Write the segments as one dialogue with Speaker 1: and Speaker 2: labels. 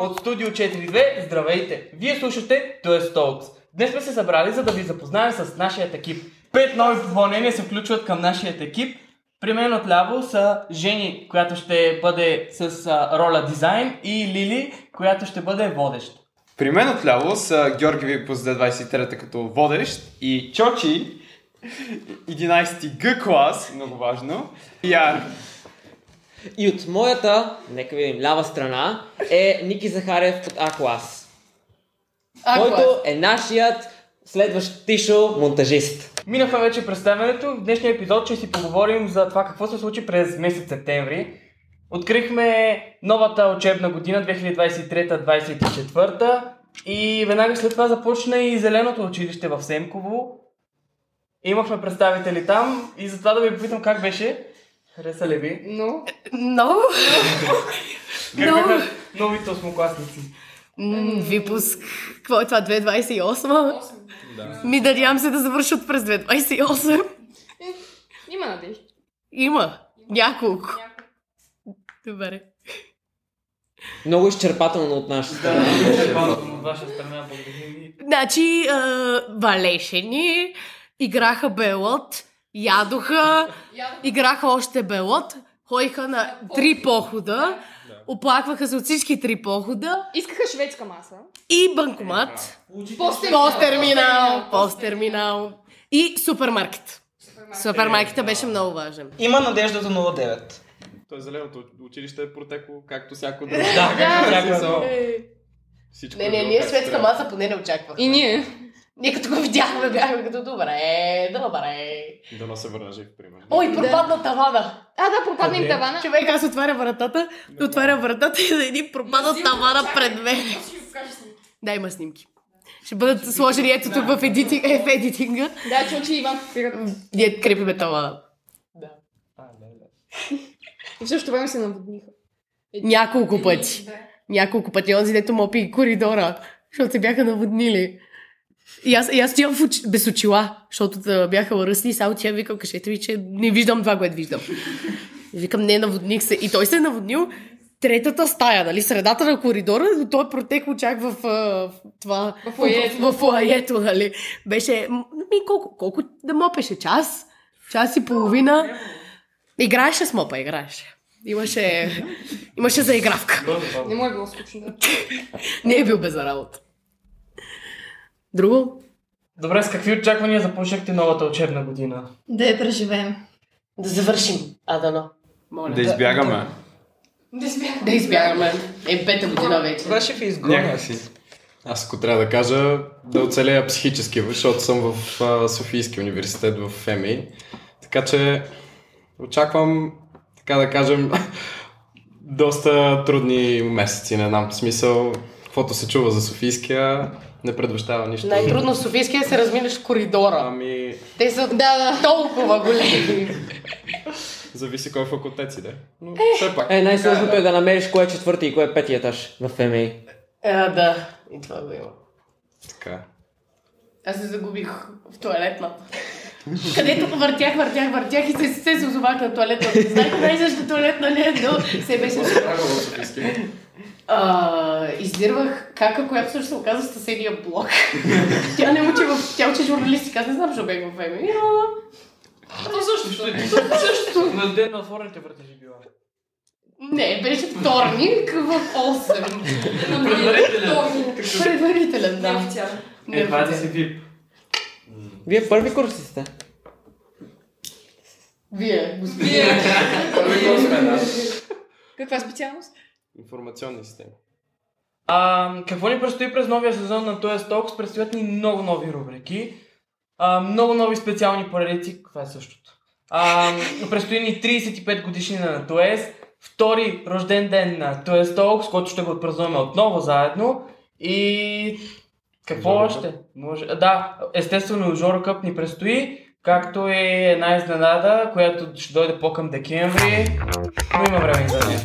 Speaker 1: От Студио 4.2, здравейте! Вие слушате The Talks. Днес сме се събрали, за да ви запознаем с нашия екип. Пет нови попълнения се включват към нашия екип. При мен отляво са Жени, която ще бъде с а, роля дизайн и Лили, която ще бъде водещ.
Speaker 2: При мен отляво са Георги Випус за 23-та като водещ и Чочи, 11-ти Г клас, много важно, и Ар.
Speaker 3: И от моята, нека видим, лява страна е Ники Захарев от А клас. Който е нашият следващ тишо монтажист.
Speaker 1: Минахме вече представянето. В днешния епизод ще си поговорим за това какво се случи през месец септември. Открихме новата учебна година 2023-2024 и веднага след това започна и зеленото училище в Семково. Имахме представители там и затова да ви попитам как беше. Хареса ли ви?
Speaker 4: Но. Но.
Speaker 1: Как
Speaker 4: Много.
Speaker 1: бяха новите осмокласници?
Speaker 4: М, Випуск. Какво е това? 2028?
Speaker 5: Да.
Speaker 4: Ми надявам се да завършат през 2028.
Speaker 5: Има надежда.
Speaker 4: Има. Няколко. Добре.
Speaker 3: Много изчерпателно от нашата страна.
Speaker 1: Да, от ваша страна благодарим ви.
Speaker 4: Значи, а, валеше ни, играха белот, ядоха, играха още белот, ходиха на три похода, оплакваха се от всички три похода
Speaker 5: Искаха шведска маса.
Speaker 4: и банкомат.
Speaker 5: Посттерминал.
Speaker 4: Посттерминал, посттерминал и супермаркет. Супермаркета беше много важен.
Speaker 6: Има надежда до 09.
Speaker 2: Той зеленото училище е протекло, както всяко друго. Да,
Speaker 1: Да,
Speaker 2: както
Speaker 1: да.
Speaker 2: всяко. Всичко
Speaker 4: Не,
Speaker 2: е
Speaker 4: не,
Speaker 2: било
Speaker 4: ние
Speaker 2: както
Speaker 4: светска
Speaker 2: трябва.
Speaker 4: маса поне не очаквахме.
Speaker 5: И ние.
Speaker 4: Ние като го видяхме, бяхме като добре, добре.
Speaker 2: Дано се върна жив, примерно.
Speaker 4: Ой, пропадна тавана.
Speaker 5: А, да, пропадна им
Speaker 1: Къде?
Speaker 5: тавана.
Speaker 4: Човек, аз отваря вратата, отваря вратата и за един пропада тавана пред мен. Да, има снимки. Ще бъдат сложени ето тук в, едити, е, в едитинга.
Speaker 5: Да, чу, че Иван фотографират.
Speaker 4: Ние крепиме тавана. Да.
Speaker 5: И в същото време се наводниха.
Speaker 4: Няколко пъти.
Speaker 5: Е, Да.
Speaker 4: няколко пъти. Онзи дето мопи коридора, защото се бяха наводнили. И аз, и аз стоям в уч... без очила, защото да бяха ларъсни. Само тя викам, кажете ми, че не виждам това, което виждам. И викам, не, наводних се. И той се е наводнил третата стая, нали, средата на коридора, но той е протекло чак в, а, в това...
Speaker 5: В фоайето.
Speaker 4: В, в, в фоайето, нали. Беше... м, Ми, колко, колко да мопеше? Час? Час и половина? Играеше с мопа, играеше. Имаше, имаше заигравка.
Speaker 5: Не му е било скучно. Да.
Speaker 4: Не е бил без работа. Друго?
Speaker 1: Добре, с какви очаквания започнахте новата учебна година?
Speaker 7: Да я преживеем.
Speaker 3: Да завършим, Адано.
Speaker 4: Моля.
Speaker 2: Да избягаме.
Speaker 4: да избягаме. Е, пета година вече.
Speaker 6: Това ще ви изгоня.
Speaker 2: Някакси. Аз ако трябва да кажа, да оцелея психически, защото съм в а, Софийски университет в ФМИ. Така че очаквам, така да кажем, доста трудни месеци, не знам. В смисъл, каквото се чува за Софийския, не предвещава нищо.
Speaker 4: Най-трудно в Софийския е да се разминеш в коридора.
Speaker 2: Ами,
Speaker 4: Те са да, да. толкова големи.
Speaker 2: зависи кой факултет си, да. Но все пак.
Speaker 3: Е, най-сложното е да намериш кое е четвърти и кое е пети етаж в ФМИ.
Speaker 4: А, Е, да. И това го има.
Speaker 2: Така. е.
Speaker 4: Аз се загубих в туалетната. Където въртях, въртях, въртях и се, се, се озовах на туалетната. Знаех най-същата туалетна не е, но се беше... А, издирвах кака, която също се оказа в съседния блок. тя не учи в... Тя учи журналистика, аз не знам, защо бях в ЕМИ, но...
Speaker 1: То същото. Същото. На ден на отворените врати ще била.
Speaker 4: Не, беше вторник в 8. Предварителен, да. Не,
Speaker 1: Е, пази си ви.
Speaker 3: Вие първи курси сте.
Speaker 4: Вие, господин.
Speaker 5: Каква специалност?
Speaker 2: Информационни системи.
Speaker 1: А, какво ни предстои през новия сезон на този Стокс? Предстоят ни много нови рубрики, а, много нови специални поредици, това е същото. А, предстои ни 35 годишни на ТОЕС, втори рожден ден на ТОЕС Стокс, който ще го отпразнуваме отново заедно и какво
Speaker 2: Жора
Speaker 1: още? Може... Да, естествено Жора Къп ни предстои, както и една изненада, която ще дойде по-към декември, но има време и за нея.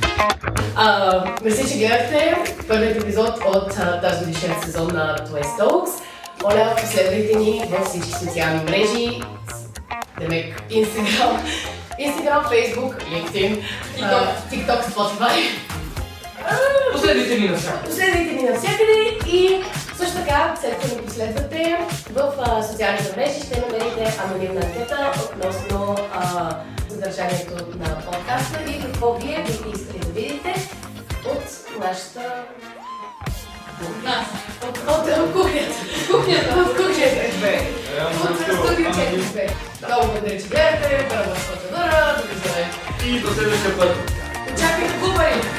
Speaker 4: А, мисля, че гледахте първият епизод от а, тази годишен сезон No, на Toy Stokes. Моля, последвайте ни във всички социални мрежи. Демек, Instagram, Instagram, Facebook, LinkedIn, а, TikTok, Spotify.
Speaker 1: Последите ни навсякъде.
Speaker 4: Последвайте ни навсякъде и също така, след като ни последвате, в а, социалните мрежи ще намерите анонимна анкета относно а, съдържанието на подкаста и какво вие бихте искали да видите от нашата... От нас. От, от, от кухнята. Кухнята. От кухнята. Бе. От студио 4. Много благодаря, че гледате. Първа процедура. Довиждане.
Speaker 1: И до следващия път.
Speaker 4: Очаквайте губари.